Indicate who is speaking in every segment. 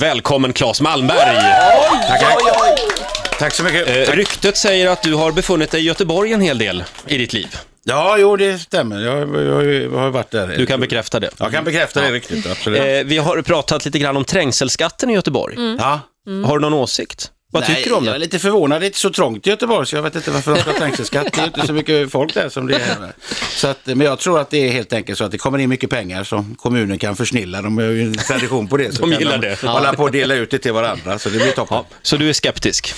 Speaker 1: Välkommen Claes Malmberg!
Speaker 2: Tackar. Tack så mycket.
Speaker 1: Eh, ryktet säger att du har befunnit dig i Göteborg en hel del i ditt liv.
Speaker 2: Ja, jo, det stämmer. Jag, jag, jag har ju varit där.
Speaker 1: Du kan bekräfta det.
Speaker 2: Jag kan bekräfta det riktigt, absolut.
Speaker 1: Eh, vi har pratat lite grann om trängselskatten i Göteborg.
Speaker 2: ja.
Speaker 1: Har du någon åsikt? Vad
Speaker 2: Mm, Nej,
Speaker 1: tycker du om
Speaker 2: Jag är
Speaker 1: det?
Speaker 2: lite förvånad, det är inte så trångt i Göteborg så jag vet inte varför de ska ha trängselskatt. Det är ju inte så mycket folk där som det är här. Så att, men jag tror att det är helt enkelt så att det kommer in mycket pengar som kommunen kan försnilla. De har ju en tradition på det. Så
Speaker 1: De
Speaker 2: kan
Speaker 1: gillar
Speaker 2: de
Speaker 1: det.
Speaker 2: Hålla på och dela ut det till varandra så det blir toppen.
Speaker 1: Så du är skeptisk?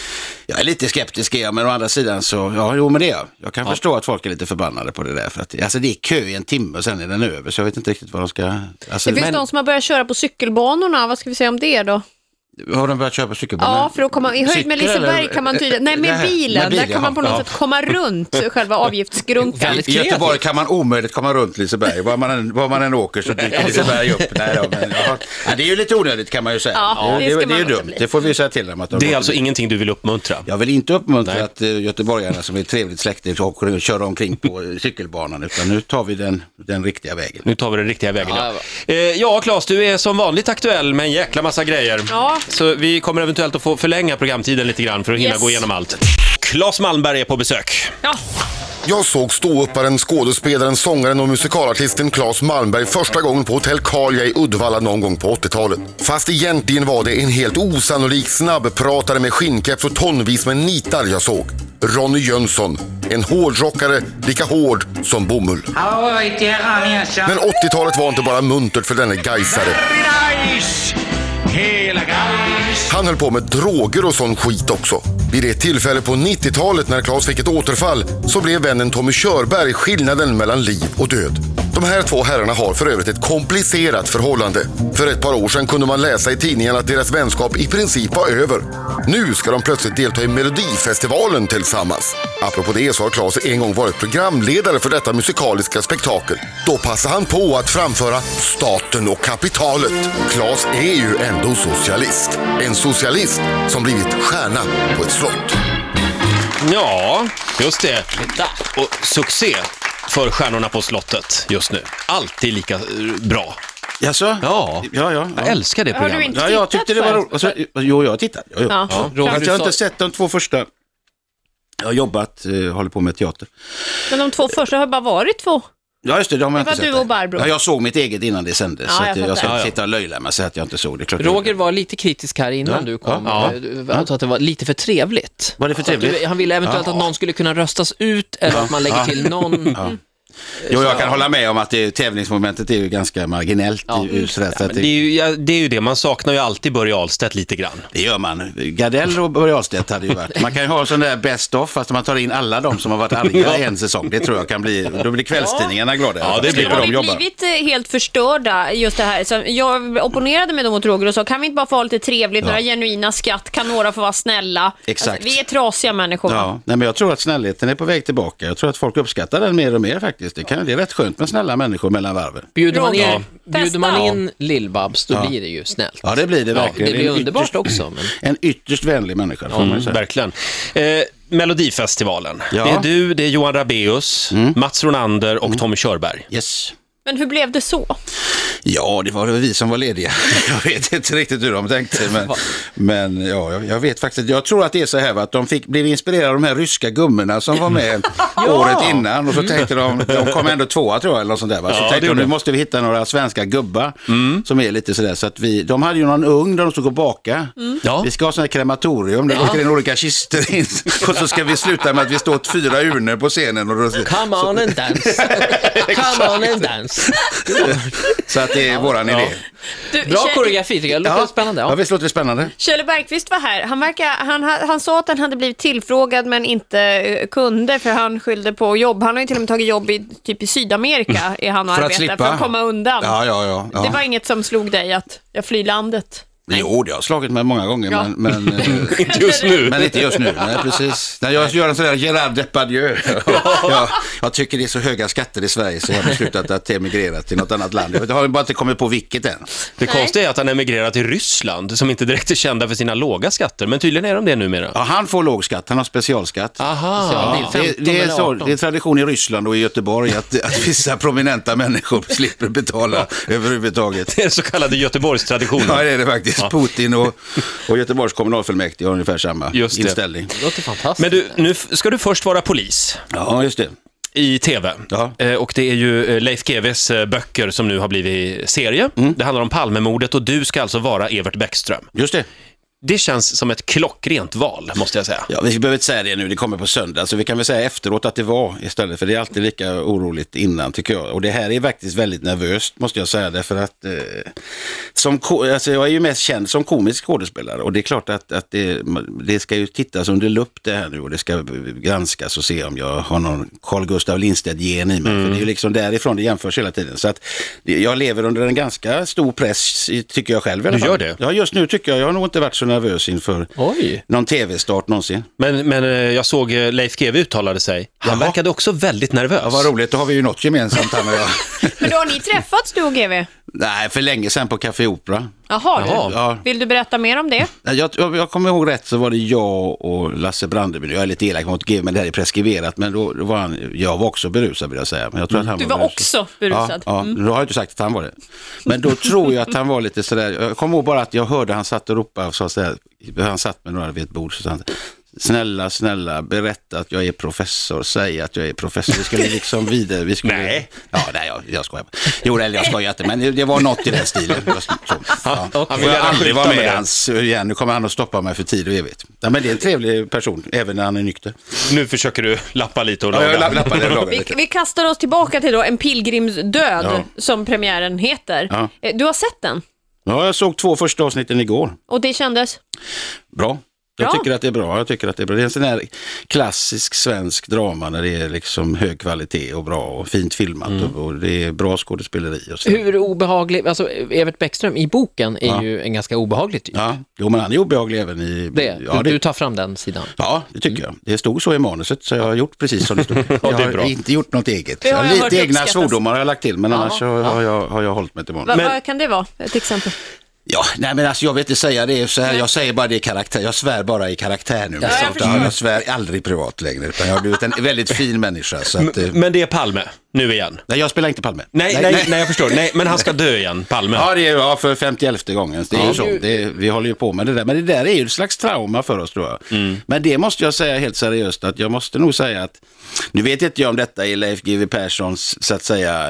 Speaker 2: Jag är lite skeptisk är jag, men å andra sidan så, ja, jo men det är jag. Jag kan förstå att folk är lite förbannade på det där. För att, alltså det är kö i en timme och sen är den över, så jag vet inte riktigt vad de ska... Alltså,
Speaker 3: Det finns de som har börjat köra på cykelbanorna, vad ska vi säga om det då?
Speaker 2: Har de börjat köpa cykelbanor?
Speaker 3: Ja, för att komma i höjd
Speaker 2: Cykel
Speaker 3: med Liseberg
Speaker 2: eller-
Speaker 3: kan man tydligen, nej med
Speaker 2: Nej,
Speaker 3: bilen,
Speaker 2: med bil,
Speaker 3: där kan man på något
Speaker 2: jaha.
Speaker 3: sätt komma runt själva avgiftsgrunkan.
Speaker 2: I
Speaker 3: typ.
Speaker 2: Göteborg kan man omöjligt komma runt Liseberg. Var man än, var man än åker så dyker Liseberg upp. Nej, då, men, ja. Nej, det är ju lite onödigt kan man ju säga.
Speaker 3: Ja, det ska
Speaker 2: det,
Speaker 3: man
Speaker 2: är ju
Speaker 3: låta
Speaker 2: dumt.
Speaker 3: bli.
Speaker 2: Det får vi ju säga till dem. Att de
Speaker 1: Det är
Speaker 2: har-
Speaker 1: alltså ingenting du vill uppmuntra?
Speaker 2: Jag vill inte uppmuntra att eh, göteborgarna som är ett trevligt släkte åker och kör omkring på eh, cykelbanan. Utan nu tar vi den, den riktiga vägen.
Speaker 1: Nu tar vi den riktiga vägen. Ja, eh, ja Claes, du är som vanligt aktuell med en jäkla massa grejer.
Speaker 3: Ja.
Speaker 1: Så vi kommer eventuellt att få förlänga programtiden lite grann för att hinna
Speaker 3: Yes.
Speaker 1: gå igenom allt. Claes Malmberg är på besök.
Speaker 3: Ja,
Speaker 4: Jag såg ståupparen, skådespelaren, sångaren och musikalartisten Claes Malmberg första gången på Hotell Karlia i Uddevalla någon gång på 80-talet. Fast egentligen var det en helt osannolik snabbpratare med skinnkeps och tonvis med nitar jag såg. Ronny Jönsson, en hårdrockare lika hård som bomull.
Speaker 5: Ahoj, Terranierchen.
Speaker 4: Men 80-talet var inte bara muntert för denne gaisare.
Speaker 5: Nice! Hela guys!
Speaker 4: Han höll på med droger och sån skit också. Vid det tillfälle på 90-talet när Claes fick ett återfall så blev vännen Tommy Körberg skillnaden mellan liv och död. De här två herrarna har för övrigt ett komplicerat förhållande. För ett par år sedan kunde man läsa i tidningen att deras vänskap i princip var över. Nu ska de plötsligt delta i Melodifestivalen tillsammans. Apropå det så har Claes en gång varit programledare för detta musikaliska spektakel. Då passade han på att framföra Staten och kapitalet. Claes är ju ändå socialist. En socialist som blivit stjärna på ett slott.
Speaker 1: Ja, just det. Och succé för Stjärnorna på slottet just nu. Alltid lika eh, bra.
Speaker 2: Jaså?
Speaker 1: Ja.
Speaker 2: ja, ja.
Speaker 1: Jag älskar det
Speaker 3: har du
Speaker 1: programmet.
Speaker 3: inte
Speaker 2: Ja, jag
Speaker 3: tittat
Speaker 2: tyckte det var
Speaker 3: förut?
Speaker 2: roligt. Alltså, Jo, jag tittar. Jo, jo.
Speaker 3: Ja.
Speaker 1: Ja, Roger,
Speaker 2: Fast jag har
Speaker 1: du
Speaker 2: inte
Speaker 1: sa-
Speaker 2: sett de två första. Jag har jobbat, eh, håller på med teater.
Speaker 3: Men de två första har bara varit två.
Speaker 2: Ja, just det, de har jag
Speaker 3: Det
Speaker 2: inte
Speaker 3: var
Speaker 2: sett
Speaker 3: du och
Speaker 2: än.
Speaker 3: Barbro.
Speaker 2: Ja, jag såg mitt eget innan det sändes,
Speaker 3: Ja,
Speaker 2: så
Speaker 3: jag
Speaker 2: att jag, ska
Speaker 3: fattar.
Speaker 2: inte
Speaker 1: Ja, ja.
Speaker 2: sitta och löjla mig och säga att jag inte såg det. Klart jag
Speaker 6: Roger
Speaker 2: inte.
Speaker 6: var lite kritisk här innan
Speaker 2: Ja,
Speaker 6: du kom.
Speaker 1: ja,
Speaker 6: Eh, Alltså att det var lite för trevligt.
Speaker 2: Var det för
Speaker 6: Att du-
Speaker 2: trevligt?
Speaker 6: Han ville eventuellt att någon skulle kunna röstas ut eller att man lägger till någon.
Speaker 2: Jo, jag kan hålla med om att det, tävlingsmomentet är ju ganska marginellt.
Speaker 6: Ja.
Speaker 2: i- i- sådär, så att
Speaker 1: Det är,
Speaker 2: det,
Speaker 1: ju, ja, det är ju det, man saknar ju alltid Börje Ahlstedt lite grann.
Speaker 2: det gör man. Gardell och Börje Ahlstedt hade ju varit... Man kan ju ha en sån där best of, fast man tar in alla de som har varit arga i en säsong. Det tror jag kan bli... Då blir kvällstidningarna glada.
Speaker 1: Ja, det blir
Speaker 2: Slipper
Speaker 3: Har
Speaker 1: de
Speaker 3: vi blivit eh, helt förstörda just det här? Så jag opponerade mig då mot Roger och sa, kan vi inte bara få ha lite trevligt, några genuina skratt, kan några få vara snälla? Alltså,
Speaker 2: Exakt.
Speaker 3: vi är trasiga människor.
Speaker 2: Ja, nej, men jag tror att snällheten är på väg tillbaka. Jag tror att folk uppskattar den mer och mer faktiskt. Det, kan, det är rätt skönt med snälla människor mellan varven.
Speaker 6: Bjuder man
Speaker 3: Roger,
Speaker 6: in, bjuder man
Speaker 3: testa.
Speaker 6: in Lill-Babs, då blir det ju snällt.
Speaker 2: Ja, det blir det
Speaker 6: Ja,
Speaker 2: verkligen.
Speaker 6: det blir
Speaker 2: En
Speaker 6: underbart
Speaker 2: ytterst-
Speaker 6: också. Men... Mm.
Speaker 2: En ytterst vänlig människa, får man ju säga.
Speaker 1: Verkligen. Eh, Melodifestivalen.
Speaker 2: Ja.
Speaker 1: Det är du, det är Johan Rabaeus, Mats Ronander och Tommy Körberg.
Speaker 2: Yes.
Speaker 3: Men hur blev det så?
Speaker 2: Ja, det var väl vi som var lediga. Jag vet inte riktigt hur de tänkte. Men, men ja, jag- jag vet faktiskt. Jag tror att det är så här va, att de fick, blev inspirerade av de här ryska gummorna som var med året innan. Och så tänkte de, de kom ändå tvåa tror jag, eller något sånt där. Va? Så
Speaker 1: Ja, det
Speaker 2: tänkte de,
Speaker 1: gjorde
Speaker 2: nu
Speaker 1: de.
Speaker 2: måste vi hitta några svenska gubbar som är lite sådär. Så att vi, de hade ju någon ugn där de stod och bakade.
Speaker 1: Ja.
Speaker 2: Vi ska ha sådana här krematorium där det åker in olika kister in. Och så ska vi sluta med att vi står åt fyra urnor på scenen. Och då,
Speaker 6: Come on and dance. Come on and dance.
Speaker 2: så att det är våran idé.
Speaker 3: Du,
Speaker 6: Bra
Speaker 3: Kjell-
Speaker 6: koreografi tycker jag. Det låter spännande.
Speaker 2: ja
Speaker 6: Ja.
Speaker 2: visst låter det spännande.
Speaker 3: Kjell Bergqvist var här. Han, verkar, han, han sa att han hade blivit tillfrågad men inte eh, kunde för han skyllde på jobb. Han har ju till och med tagit jobb i, typ i Sydamerika är han och
Speaker 2: Mm. För att
Speaker 3: arbetar,
Speaker 2: slippa.
Speaker 3: för att komma undan.
Speaker 2: Ja, ja, ja. ja.
Speaker 3: Det var inget som slog dig att jag flyr landet?
Speaker 2: Jo, det har slagit mig många gånger,
Speaker 3: Ja.
Speaker 2: men, men, eh,
Speaker 1: Inte just nu.
Speaker 2: men inte just nu. Nej, precis. När jag gör en sån där Gerard Depardieu. jag, jag tycker det är så höga skatter i Sverige så jag har beslutat att emigrera till något annat land. Jag vet- Jag har bara inte kommit på vilket än.
Speaker 1: Det konstiga är att han emigrerar till Ryssland, som inte direkt är kända för sina låga skatter, men tydligen är de det numera.
Speaker 2: Ja, han får låg skatt, han har specialskatt.
Speaker 1: Aha.
Speaker 6: Ja, det är
Speaker 2: Det,
Speaker 6: 15
Speaker 2: det, är
Speaker 6: eller
Speaker 2: så,
Speaker 6: 18.
Speaker 2: det är tradition i Ryssland och i Göteborg att, att vissa prominenta människor slipper betala överhuvudtaget.
Speaker 1: Det är den så kallade
Speaker 2: Ja,
Speaker 1: Göteborgstraditionen.
Speaker 2: det är det precis. Putin och, och Göteborgs kommunalfullmäktige har ungefär samma
Speaker 1: Just det.
Speaker 2: inställning.
Speaker 6: Det låter fantastiskt.
Speaker 1: Men du, nu f- ska du först vara polis
Speaker 2: Ja, just det.
Speaker 1: i tv.
Speaker 2: Ja.
Speaker 1: Eh, och det är ju eh, Leif GWs eh, böcker som nu har blivit serie.
Speaker 2: Mm.
Speaker 1: Det handlar om Palmemordet och du ska alltså vara Evert Bäckström.
Speaker 2: Just det.
Speaker 1: Det känns som ett klockrent val, måste jag säga.
Speaker 2: Ja, vi behöver inte säga det nu, det kommer på söndag, så vi kan väl säga efteråt att det var istället, för det är alltid lika oroligt innan tycker jag. Och det här är faktiskt väldigt nervöst måste jag säga, därför att eh, som ko- alltså, jag är ju mest känd som komisk skådespelare och det är klart att, att det, det ska ju tittas under lupp det här nu och det ska granskas och se om jag har någon Carl Gustav Lindstedt-gen i mig. För det är ju liksom därifrån det jämförs hela tiden. Så att det- jag lever under en ganska stor press, tycker jag själv i alla
Speaker 1: Du
Speaker 2: fall.
Speaker 1: gör det?
Speaker 2: Ja, just nu tycker jag. Jag har nog inte varit så nervös inför
Speaker 6: Oj.
Speaker 2: någon tv-start någonsin.
Speaker 1: Men, men eh, jag såg eh, Leif GW uttalade sig. Han
Speaker 2: Jaha.
Speaker 1: verkade också väldigt nervös.
Speaker 2: Ja, vad roligt, då har vi ju något gemensamt här med jag.
Speaker 3: Men då har ni träffats du och GV?
Speaker 2: Nej, för länge sedan på Café Opera.
Speaker 3: Jaha,
Speaker 1: Jaha.
Speaker 3: du.
Speaker 2: Ja.
Speaker 3: Vill du berätta mer om det?
Speaker 2: Nej, Jag, jag, jag kommer ihåg rätt så var det jag och Lasse Brandeby, jag är lite elak mot GW men det här är preskriberat, men då, då var han, jag var också berusad vill jag säga. Men jag tror att han
Speaker 3: Du var
Speaker 2: berusad.
Speaker 3: också berusad.
Speaker 2: Ja, ja. då har jag inte sagt att han var det. Men då tror jag att han var lite sådär, jag kommer ihåg bara att jag hörde han satt och ropade och sa sådär, han satt med några vid ett bord, så sa han, snälla, snälla, berätta att jag är professor, säg att jag är professor. Vi skulle liksom vidare, vi skulle...
Speaker 1: Nej.
Speaker 2: Ja, nej, jag, jag skojar. Jo, eller jag skojar inte, men det- det var något i den stilen. Jag, så, ja.
Speaker 1: Han
Speaker 2: Han
Speaker 1: vill
Speaker 2: vill
Speaker 1: gärna
Speaker 2: aldrig vara
Speaker 1: skylta
Speaker 2: med
Speaker 1: med det.
Speaker 2: hans igen, nu kommer han att stoppa mig för tid och evigt. Ja, men det är en trevlig person, även när han är nykter.
Speaker 1: Nu försöker du lappa lite och
Speaker 2: Ja,
Speaker 1: laga.
Speaker 2: jag lapp- lappade och lagade
Speaker 3: Vi,
Speaker 2: lite.
Speaker 3: vi kastar oss tillbaka till då En pilgrimsdöd,
Speaker 2: Ja.
Speaker 3: som premiären heter.
Speaker 2: Ja.
Speaker 3: Eh, Du har sett den
Speaker 2: Ja, jag såg två första avsnitten igår.
Speaker 3: och det kändes?
Speaker 2: Bra. Jag
Speaker 3: Bra.
Speaker 2: tycker att det är bra. Jag tycker att det är bra. Det är en sån här klassisk svensk drama när det är liksom hög kvalitet och bra och fint filmat och, och det är bra skådespeleri och så.
Speaker 6: Hur obehaglig, alltså Evert Bäckström i boken är ju en ganska obehaglig typ.
Speaker 2: Ja, jo men han är obehaglig även i...
Speaker 6: Det,
Speaker 2: ja,
Speaker 6: du, du
Speaker 2: det,
Speaker 6: tar fram den sidan.
Speaker 2: ja, det tycker jag. Det stod så i manuset så jag har gjort precis som det stod. Jag
Speaker 1: det är bra.
Speaker 2: har inte gjort något eget.
Speaker 3: Det har jag hört
Speaker 2: Lite egna
Speaker 3: uppskattas.
Speaker 2: svordomar har jag lagt till men annars så har jag, har jag hållit mig till
Speaker 3: Va,
Speaker 2: manus.
Speaker 3: Vad kan det vara, ett exempel?
Speaker 2: Ja, nej men alltså jag vet inte säga det så här, jag säger bara det i karaktär, jag svär bara i karaktär nu.
Speaker 3: jag
Speaker 2: jag, jag svär aldrig privat längre utan jag har blivit en väldigt fin människa. Så att, eh,
Speaker 1: Men det är Palme, nu igen.
Speaker 2: Nej, jag spelar inte Palme.
Speaker 1: Nej, nej, nej, jag förstår. Nej, men han ska dö igen, Palme.
Speaker 2: Ja, det är ja, för 51 gången. Det är ju så. Det är, vi håller ju på med det där. Men det där är ju ett slags trauma för oss tror jag. Men det måste jag säga helt seriöst att jag måste nog säga att nu vet inte jag om detta är Leif GW Perssons, så att säga,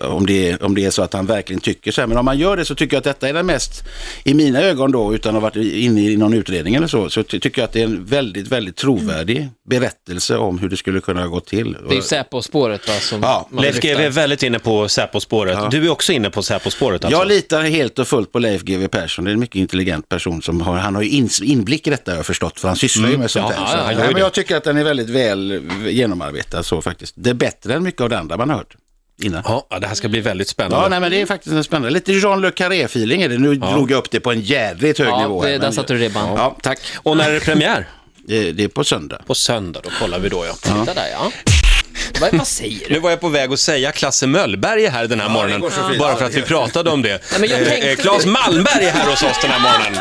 Speaker 2: eh, om det, är- om det är så att han verkligen tycker så här. Men om man gör det så tycker jag att detta är den mest, i mina ögon då, utan att ha varit inne i någon utredning eller så, så ty- tycker jag att det är en väldigt, väldigt trovärdig berättelse om hur det skulle kunna ha gått till.
Speaker 6: Det är ju Säpo-spåret va? Som
Speaker 2: Ja,
Speaker 6: man
Speaker 1: Leif GW
Speaker 6: lyfter.
Speaker 1: är väldigt inne på Säpo-spåret. Du är också inne på Säpo-spåret alltså?
Speaker 2: Jag litar helt och fullt på Leif GW Persson. Det är en mycket intelligent person. Som har, han har ju ins- inblick i detta har jag förstått, för han sysslar ju med sånt
Speaker 1: Mm. Ja, ja,
Speaker 2: här. så.
Speaker 1: ja, han gör
Speaker 2: Nej,
Speaker 1: ju
Speaker 2: men
Speaker 1: det.
Speaker 2: jag tycker att den är väldigt väl genomarbetad så faktiskt. Det är bättre än mycket av det andra man har hört innan.
Speaker 1: Ja, det här ska bli väldigt spännande.
Speaker 2: Ja, nej, men det är faktiskt en spännande. Lite Jean Le Carré-feeling är det. Nu drog jag upp det på en jädrigt hög
Speaker 6: Ja,
Speaker 2: nivå. här,
Speaker 6: det- där
Speaker 2: men-
Speaker 6: satte du ribban.
Speaker 2: Ja, tack.
Speaker 1: Och när är det premiär?
Speaker 2: Det, det är på söndag.
Speaker 1: På söndag, då kollar vi då ja.
Speaker 6: Titta där ja. Vad, vad säger du?
Speaker 1: Nu var jag på väg att säga Klasse Möllberg är här den här morgonen,
Speaker 2: går så fint.
Speaker 1: bara för att vi pratade om det.
Speaker 6: men jag
Speaker 1: Eh,
Speaker 6: tänkte-
Speaker 1: eh, Claes Malmberg är här hos oss den här morgonen.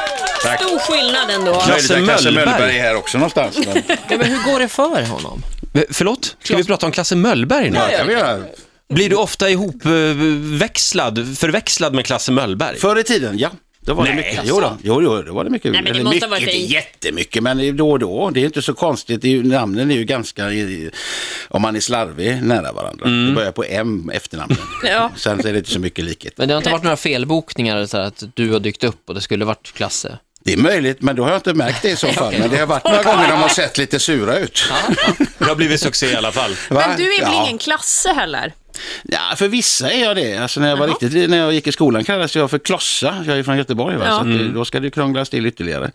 Speaker 3: Stor skillnad ändå.
Speaker 1: Klasse
Speaker 2: Möjligt att Klasse
Speaker 1: Möllberg.
Speaker 2: Möllberg är här också någonstans. Men...
Speaker 6: Ja, men hur går det för honom?
Speaker 1: Eh, Förlåt? Ska vi prata om Klasse Möllberg nu?
Speaker 2: ja, det kan vi göra.
Speaker 1: Blir du ofta ihopväxlad, förväxlad med Klasse Möllberg?
Speaker 2: Förr i tiden, ja. Då var
Speaker 1: Nej,
Speaker 2: det mycket.
Speaker 1: alltså.
Speaker 2: Jo, då. Jo, jo, det var det mycket.
Speaker 3: Nej, men det
Speaker 2: Eller
Speaker 3: måste
Speaker 2: mycket,
Speaker 3: ha varit
Speaker 2: inte
Speaker 3: dig.
Speaker 2: jättemycket, men då och då. Det är inte så konstigt. Det är ju, namnen är ju ganska, i- om man är slarvig, nära varandra.
Speaker 1: Mm.
Speaker 2: Det börjar på M, efternamnen.
Speaker 3: Ja.
Speaker 2: Sen så är det inte så mycket likhet.
Speaker 6: Men det har inte varit några felbokningar så här, att du har dykt upp och det skulle varit Klasse?
Speaker 2: Det är möjligt, men då har jag inte märkt det i så fall. Men det har varit några gånger de har sett lite sura ut.
Speaker 1: Det har blivit succé i alla fall.
Speaker 2: Va?
Speaker 3: Men du är väl
Speaker 2: Ja.
Speaker 3: ingen klasse heller?
Speaker 2: Ja, för vissa är jag det. Alltså när jag var riktigt, när jag gick i skolan kallades jag för klossa. Jag är från Göteborg, va?
Speaker 3: Ja.
Speaker 2: så att, det- då ska det ju krånglas till ytterligare.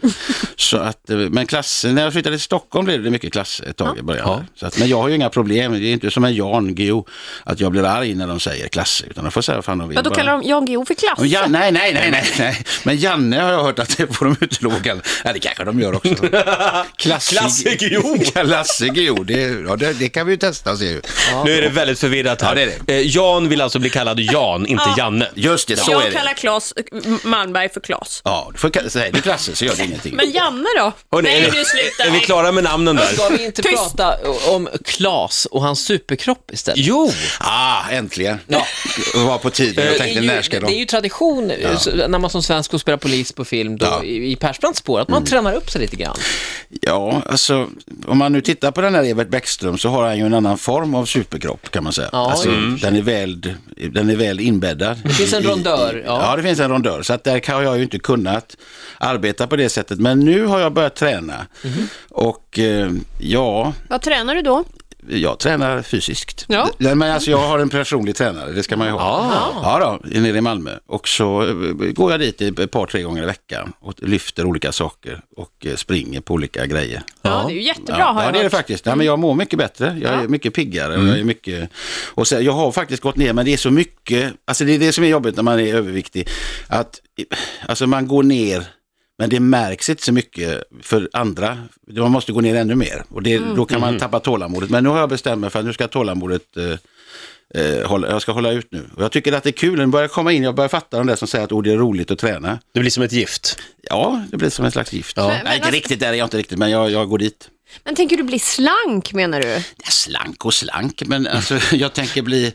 Speaker 2: så att, eh, men klass, när jag flyttade till Stockholm blev det mycket klass ett tag i början. Så att, men jag har ju inga problem. Det är inte som en Jan Guillou, att jag blir arg när de säger klass, utan de får säga vad fan de vill.
Speaker 3: Vad då
Speaker 2: bara.
Speaker 3: kallar de Jan Guillou för klasse?
Speaker 2: Men Ja, nej, nej, nej, nej, nej. Men Janne har jag hört att det får de inte lov att kalla. Ja, det kanske de gör också. Klassig-
Speaker 1: Klassig Guillou.
Speaker 2: Klassig Guillou, det, ja, det, det kan vi ju testa och se.
Speaker 1: Nu är det väldigt förvirrat här.
Speaker 2: Ja, det är det.
Speaker 1: Eh, Jan vill alltså bli kallad Jan, inte Janne.
Speaker 2: Just det, så är
Speaker 3: Jag
Speaker 2: det.
Speaker 3: kallar Claes Malmberg för Claes.
Speaker 2: Ja, du får kalla, säger du Klasse så gör det ingenting.
Speaker 3: Men Janne då?
Speaker 1: Hörrni,
Speaker 3: Nej,
Speaker 1: är,
Speaker 3: nu
Speaker 1: vi,
Speaker 3: slutar
Speaker 1: är vi klara med namnen där?
Speaker 6: Ska vi inte
Speaker 3: Tyst!
Speaker 6: prata om Klas och hans superkropp istället?
Speaker 1: Jo,
Speaker 2: Ah, äntligen.
Speaker 6: Ja. Eh,
Speaker 2: Det var på tiden. Jag tänkte,
Speaker 6: det, är
Speaker 2: när
Speaker 6: ju,
Speaker 2: ska
Speaker 6: det är
Speaker 2: de...
Speaker 6: ju tradition eh, så- när man som svensk och spelar polis på film då,
Speaker 2: Ja. Mm.
Speaker 6: i, i Persbrandts spår, att man tränar upp sig lite grann.
Speaker 2: Ja, alltså om man nu tittar på den här Evert Bäckström så har han ju en annan form av superkropp kan man säga.
Speaker 6: Ja,
Speaker 2: alltså,
Speaker 6: ja.
Speaker 2: den, är väl, den är väl inbäddad. Det
Speaker 6: finns en rondör,
Speaker 2: Ja.
Speaker 6: ja.
Speaker 2: det finns en rondör. Så att där har jag ju inte kunnat arbeta på det sättet. Men nu har jag börjat träna.
Speaker 6: Mhm.
Speaker 2: Och eh, ja,
Speaker 3: Vad tränar du då?
Speaker 2: jag tränar fysiskt.
Speaker 3: Ja.
Speaker 2: Nej, Men alltså, jag har en personlig tränare, det ska man ju ha. Ja, då, nere i Malmö. Och så eh, går jag dit ett par, tre gånger i veckan och lyfter olika saker och eh, springer på olika grejer.
Speaker 3: Ja, det är ju jättebra har
Speaker 2: ja,
Speaker 3: jag
Speaker 2: ja, det är det
Speaker 3: hört. Mm.
Speaker 2: faktiskt. Nej, men jag mår mycket bättre. Jag är mycket piggare. Och jag, är mycket... och sen, jag har faktiskt gått ner, men det är så mycket. Alltså, det är det som är jobbigt när man är överviktig. Att, alltså, man går ner, men det märks inte så mycket för andra. Man måste gå ner ännu mer. Och det,
Speaker 3: Mm.
Speaker 2: Då kan man tappa tålamodet. Men nu har jag bestämt mig för att nu ska tålamodet eh, Eh, hålla, jag ska hålla ut nu. Och jag tycker att det är kul, den börjar komma in, jag börjar fatta de där som säger att oh, det är roligt att träna.
Speaker 1: det blir som ett gift.
Speaker 2: Ja, det blir som en slags gift.
Speaker 3: Men- men
Speaker 2: Nej, inte
Speaker 3: alltså-
Speaker 2: riktigt där är jag inte riktigt, men jag, jag går dit.
Speaker 3: Men tänker du bli slank menar du?
Speaker 2: Ja, Slank och slank, men alltså, jag tänker bli...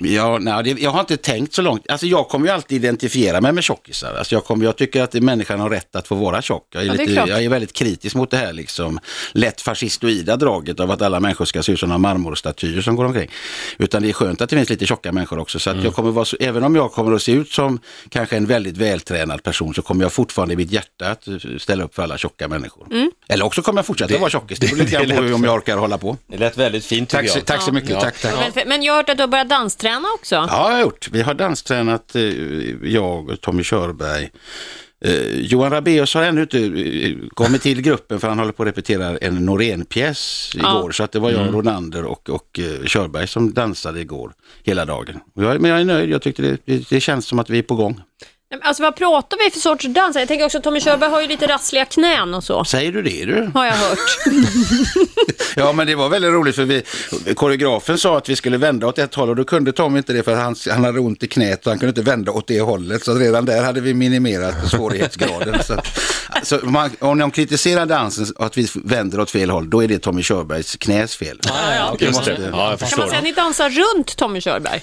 Speaker 2: Jag, nej, det, jag har inte tänkt så långt. Alltså, jag kommer ju alltid identifiera mig med tjockisar. Alltså, jag, kommer, jag tycker att människan har rätt att få vara tjock. Jag är,
Speaker 3: Ja, det är
Speaker 2: lite,
Speaker 3: klart.
Speaker 2: jag är väldigt kritisk mot det här liksom, lätt fascistoida draget av att alla människor ska se ut som några marmorstatyer som går omkring. Utan det är skönt att det finns lite tjocka människor också.
Speaker 3: Mm.
Speaker 2: Så att jag kommer vara så, även om jag kommer att se ut som kanske en väldigt vältränad person så kommer jag fortfarande i mitt hjärta att ställa upp för alla tjocka människor.
Speaker 3: Mm.
Speaker 2: Eller också kommer jag fortsätta vara tjockis. Det beror lite grann på hur- om jag orkar hålla på.
Speaker 1: Det lät väldigt fint
Speaker 2: Tack, så- tack så mycket. Tack, tack. Ja.
Speaker 3: Men, men jag har hört att du har börjat dansträna också.
Speaker 2: jag har gjort. Vi har danstränat, eh, jag och Tommy Körberg. Eh, Johan Rabaeus har ännu inte eh, kommit till gruppen för han håller på att repetera en Norén-pjäs igår. Så att det var jag, Ronander och, och eh, Körberg som dansade igår hela dagen. Och jag, men jag är nöjd, jag tyckte det, det, det känns som att vi är på gång.
Speaker 3: Nej, men Alltså vad pratar vi för sorts dans? Jag tänker också att Tommy Körberg har ju lite rassliga knän och så.
Speaker 2: Säger du det du?
Speaker 3: Har jag hört.
Speaker 2: Ja, men det var väldigt roligt för vi, koreografen sa att vi skulle vända åt ett håll och då kunde Tom inte det för att han, han hade ont i knät och han kunde inte vända åt det hållet. Så redan där hade vi minimerat svårighetsgraden. så att, så man, om de kritiserar dansen och att vi vänder åt fel håll, då är det Tommy Körbergs knäs fel.
Speaker 1: Just det. Ja, jag
Speaker 3: Kan man
Speaker 1: förstår.
Speaker 3: säga att ni dansar runt Tommy Körberg?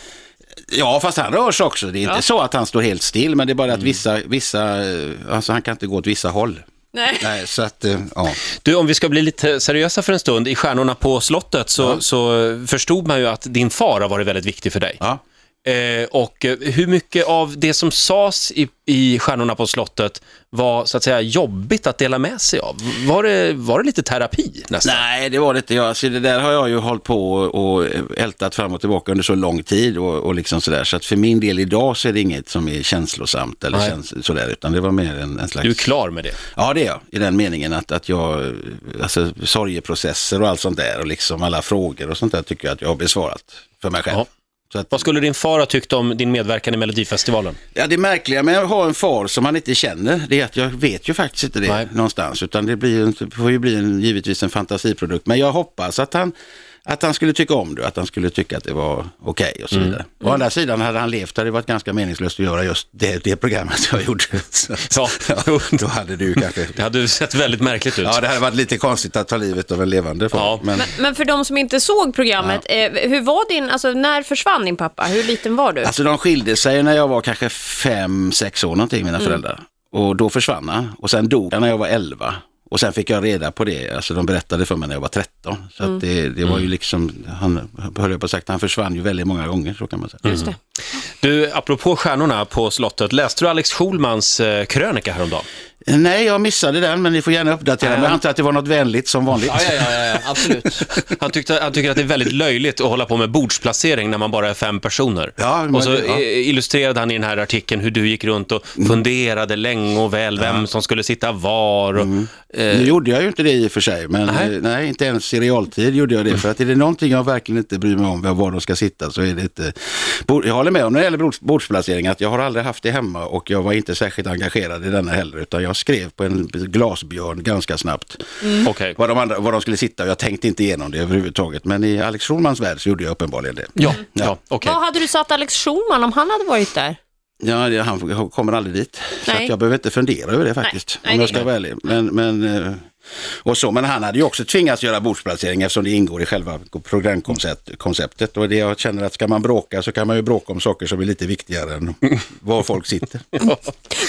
Speaker 2: Ja, fast han rör sig också. Det är inte så att han står helt still, men det är bara att vissa, vissa eh, alltså han kan inte gå åt vissa håll.
Speaker 3: Nej.
Speaker 2: Nej, så att, eh, ja.
Speaker 1: Du, om vi ska bli lite seriösa för en stund, i Stjärnorna på slottet så, så förstod man ju att din far har varit väldigt viktig för dig.
Speaker 2: ja.
Speaker 1: Eh, och eh, hur mycket av det som sades i, i Stjärnorna på slottet var så att säga jobbigt att dela med sig av? Var det, var det lite terapi nästan?
Speaker 2: Nej, det var det inte. Jag, alltså, det där har jag ju hållit på och ältat fram och tillbaka under så lång tid och, och liksom sådär. Så att för min del idag så är det inget som är känslosamt eller
Speaker 1: Nej.
Speaker 2: käns- sådär, utan det var mer en, en slags...
Speaker 1: Du är klar med det.
Speaker 2: Ja, det är jag. I den meningen att, att jag, eh, alltså sorgeprocesser och allt sånt där och liksom alla frågor och sånt där tycker jag att jag har besvarat för mig själv.
Speaker 1: Ja.
Speaker 2: Så att,
Speaker 1: Vad skulle din far ha tyckt om din medverkan i Melodifestivalen?
Speaker 2: Ja, det märkliga med att ha en far som man inte känner, det är att jag vet ju faktiskt inte det
Speaker 1: Nej.
Speaker 2: någonstans, utan det, blir, ju en- det får ju bli en, givetvis en fantasiprodukt. Men jag hoppas att han, att han skulle tycka om det, att han skulle tycka att det var okej och
Speaker 1: Mm.
Speaker 2: så vidare. Å andra sidan, hade han levt hade det varit ganska meningslöst att göra just det, det programmet jag gjorde. Så,
Speaker 1: Ja.
Speaker 2: då hade du kanske...
Speaker 1: Det hade ju sett väldigt märkligt ut.
Speaker 2: Ja, det hade varit lite konstigt att ta livet av en levande far.
Speaker 1: Ja.
Speaker 2: Men,
Speaker 3: Men för de som inte såg programmet, eh, hur var din, alltså när försvann din pappa? Hur liten var du?
Speaker 2: Alltså de skilde sig när jag var kanske fem, sex år någonting, mina föräldrar. Och då försvann han. Och sen dog han när jag var 11. Och sen fick jag reda på det, alltså de berättade för mig när jag var 13. Så att det, det var ju liksom, han, höll jag på att sagt, han försvann ju väldigt många gånger, så kan man säga.
Speaker 3: Just det.
Speaker 1: Du, apropå Stjärnorna på slottet, läste du Alex Schulmans eh, krönika häromdagen?
Speaker 2: Nej, jag missade den, men ni får gärna uppdatera mig. Jag antar att det var något vänligt som vanligt.
Speaker 6: Ja, ja, ja, ja, ja. absolut.
Speaker 1: Han, tyckte, han tycker att det är väldigt löjligt att hålla på med bordsplacering när man bara är fem personer.
Speaker 2: Ja, men-
Speaker 1: och så
Speaker 2: ja. Mm.
Speaker 1: eh, illustrerade han i den här artikeln hur du gick runt och funderade länge och väl vem som skulle sitta var. Och,
Speaker 2: Mm.
Speaker 1: eh,
Speaker 2: Nu gjorde jag ju inte det i och för sig, men
Speaker 1: Nej. Mm.
Speaker 2: nej. nej, inte ens i realtid gjorde jag det. För att är det någonting jag verkligen inte bryr mig om, var var de ska sitta, så är det inte... Bord- Jag håller med om när det gäller bords- bordsplacering, att jag har aldrig haft det hemma och jag var inte särskilt engagerad i denna heller, utan jag jag skrev på en glasbjörn ganska snabbt
Speaker 1: Okej.
Speaker 2: var, de andra, var de skulle sitta och jag tänkte inte igenom det överhuvudtaget. Men i Alex Schulmans värld så gjorde jag uppenbarligen det.
Speaker 1: Ja, ja, okej.
Speaker 3: Vad hade du sagt Alex Schulman om han hade varit där?
Speaker 2: Ja, det- han kommer aldrig dit. Så
Speaker 3: Nej.
Speaker 2: att jag behöver inte fundera över det faktiskt.
Speaker 3: Nej,
Speaker 2: om jag
Speaker 3: det-
Speaker 2: ska vara ärlig. Men, men, eh, och så, men han hade ju också tvingats göra bordsplacering eftersom det ingår i själva programkonceptet. Och det jag känner att ska man bråka så kan man ju bråka om saker som är lite viktigare än var folk sitter.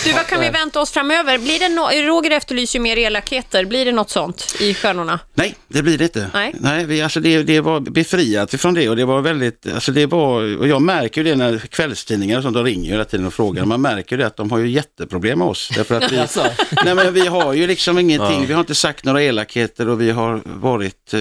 Speaker 3: Du, vad kan vi vänta oss framöver? Blir det no- Roger efterlyser ju mer elakheter. Blir det något sånt i Stjärnorna?
Speaker 2: Nej, det blir det inte.
Speaker 3: Nej.
Speaker 2: vi, alltså det, det var befriat ifrån det och det var väldigt, alltså det var, och jag märker ju det när kvällstidningar och sånt, de ringer ju hela tiden och frågar, man märker ju det att de har ju jätteproblem med oss. Därför att vi,
Speaker 6: Alltså.
Speaker 2: nej men vi har ju liksom ingenting, vi har inte sagt några elakheter och vi har varit eh,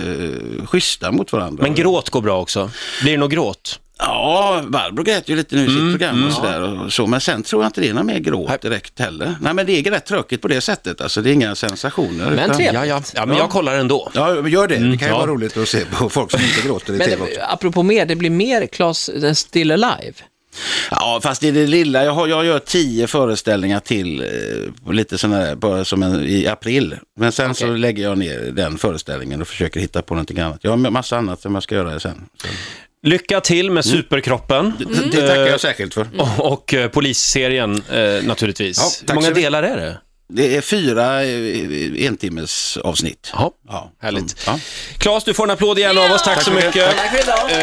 Speaker 2: schyssta mot varandra.
Speaker 1: Men gråt går bra också. Blir det något gråt?
Speaker 2: Ja, Barbro grät ju lite nu i
Speaker 6: Mm.
Speaker 2: sitt program och sådär. Och så, men sen tror jag inte det är någon mer gråt direkt heller. Nej men det är rätt tråkigt på det sättet, alltså det är inga sensationer.
Speaker 6: Men
Speaker 2: utan-
Speaker 6: trevligt.
Speaker 1: Ja, ja. ja men jag kollar ändå.
Speaker 2: Mm, Ja, men gör det. Det kan ju
Speaker 1: ja.
Speaker 2: vara roligt att se på folk som inte gråter i tv
Speaker 6: Men
Speaker 2: också.
Speaker 6: apropå mer, det blir mer Claes den Still Alive.
Speaker 2: Ja, fast i det lilla. Jag, har, jag gör tio föreställningar till, eh, lite sådana där, bara som en, i april. Men sen så lägger jag ner den föreställningen och försöker hitta på någonting annat. Jag har en massa annat som jag ska göra sen. Så.
Speaker 1: Lycka till med superkroppen.
Speaker 2: Mm.
Speaker 1: Eh,
Speaker 2: Det tackar jag särskilt för.
Speaker 1: Och- Och eh, polisserien eh, naturligtvis.
Speaker 2: Ja, tack
Speaker 1: Hur många
Speaker 2: så mycket.
Speaker 1: delar är det?
Speaker 2: Det är fyra eh, entimmes avsnitt.
Speaker 1: Ja,
Speaker 2: Ja.
Speaker 1: härligt.
Speaker 2: Ja.
Speaker 1: Claes, du får en applåd igen av oss. Tack så mycket. Eh,